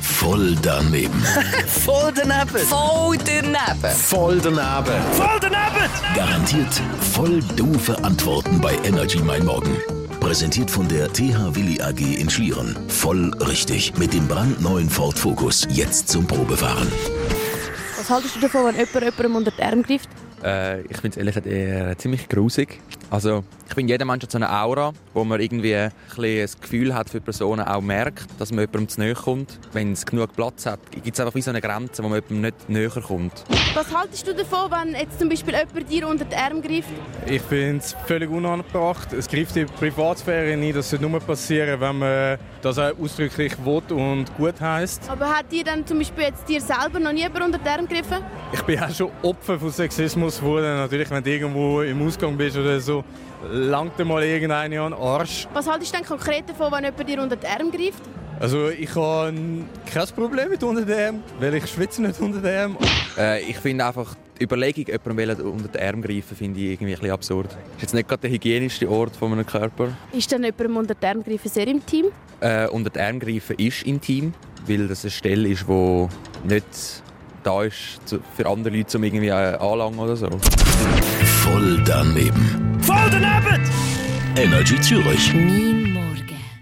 Voll daneben. Voll daneben. Voll daneben. Voll daneben. Voll daneben. Garantiert voll doofe Antworten bei Energy Mein Morgen. Präsentiert von der TH Willi AG in Schlieren. Voll richtig. Mit dem brandneuen Ford Focus. Jetzt zum Probefahren. Was haltest du davon, wenn jemand jemandem unter den Arm greift? Äh, ich finde es ehrlich gesagt eher ziemlich grusig. Also, ich finde, jeder Mensch hat so eine Aura, wo man irgendwie ein bisschen das Gefühl hat für Personen, auch merkt, dass man jemandem zu näher kommt. Wenn es genug Platz hat, gibt es einfach wie so eine Grenze, wo man jemandem nicht näher kommt. Was haltest du davon, wenn jetzt zum Beispiel jemand dir unter den Arm greift? Ich finde es völlig unangebracht. Es greift in die Privatsphäre ein. Das sollte nur passieren, wenn man das auch ausdrücklich will und gut heißt. Aber hat dir dann zum Beispiel jetzt dir selber noch nie jemand unter den Arm gegriffen? Ich bin auch schon Opfer von Sexismus geworden. Natürlich, wenn du irgendwo im Ausgang bist oder so, langt dir mal irgendeiner an den Arsch. Was haltest du denn konkret davon, wenn jemand dir unter den Arm greift? Also ich habe kein Problem mit unter dem, weil ich schwitze nicht unter dem. Äh, ich finde einfach die Überlegung, jemandem unter den Arm greifen, finde ich irgendwie ein bisschen absurd. Das ist jetzt nicht gerade der hygienischste Ort von meinem Körper. Ist dann jemandem unter den Arm greifen sehr intim? Äh, unter den Arm greifen ist intim, weil das eine Stelle ist, die nicht da ist zu- für andere Leute, um irgendwie äh, anlangen oder so. Voll daneben. Voll daneben. Energy Zürich. Mein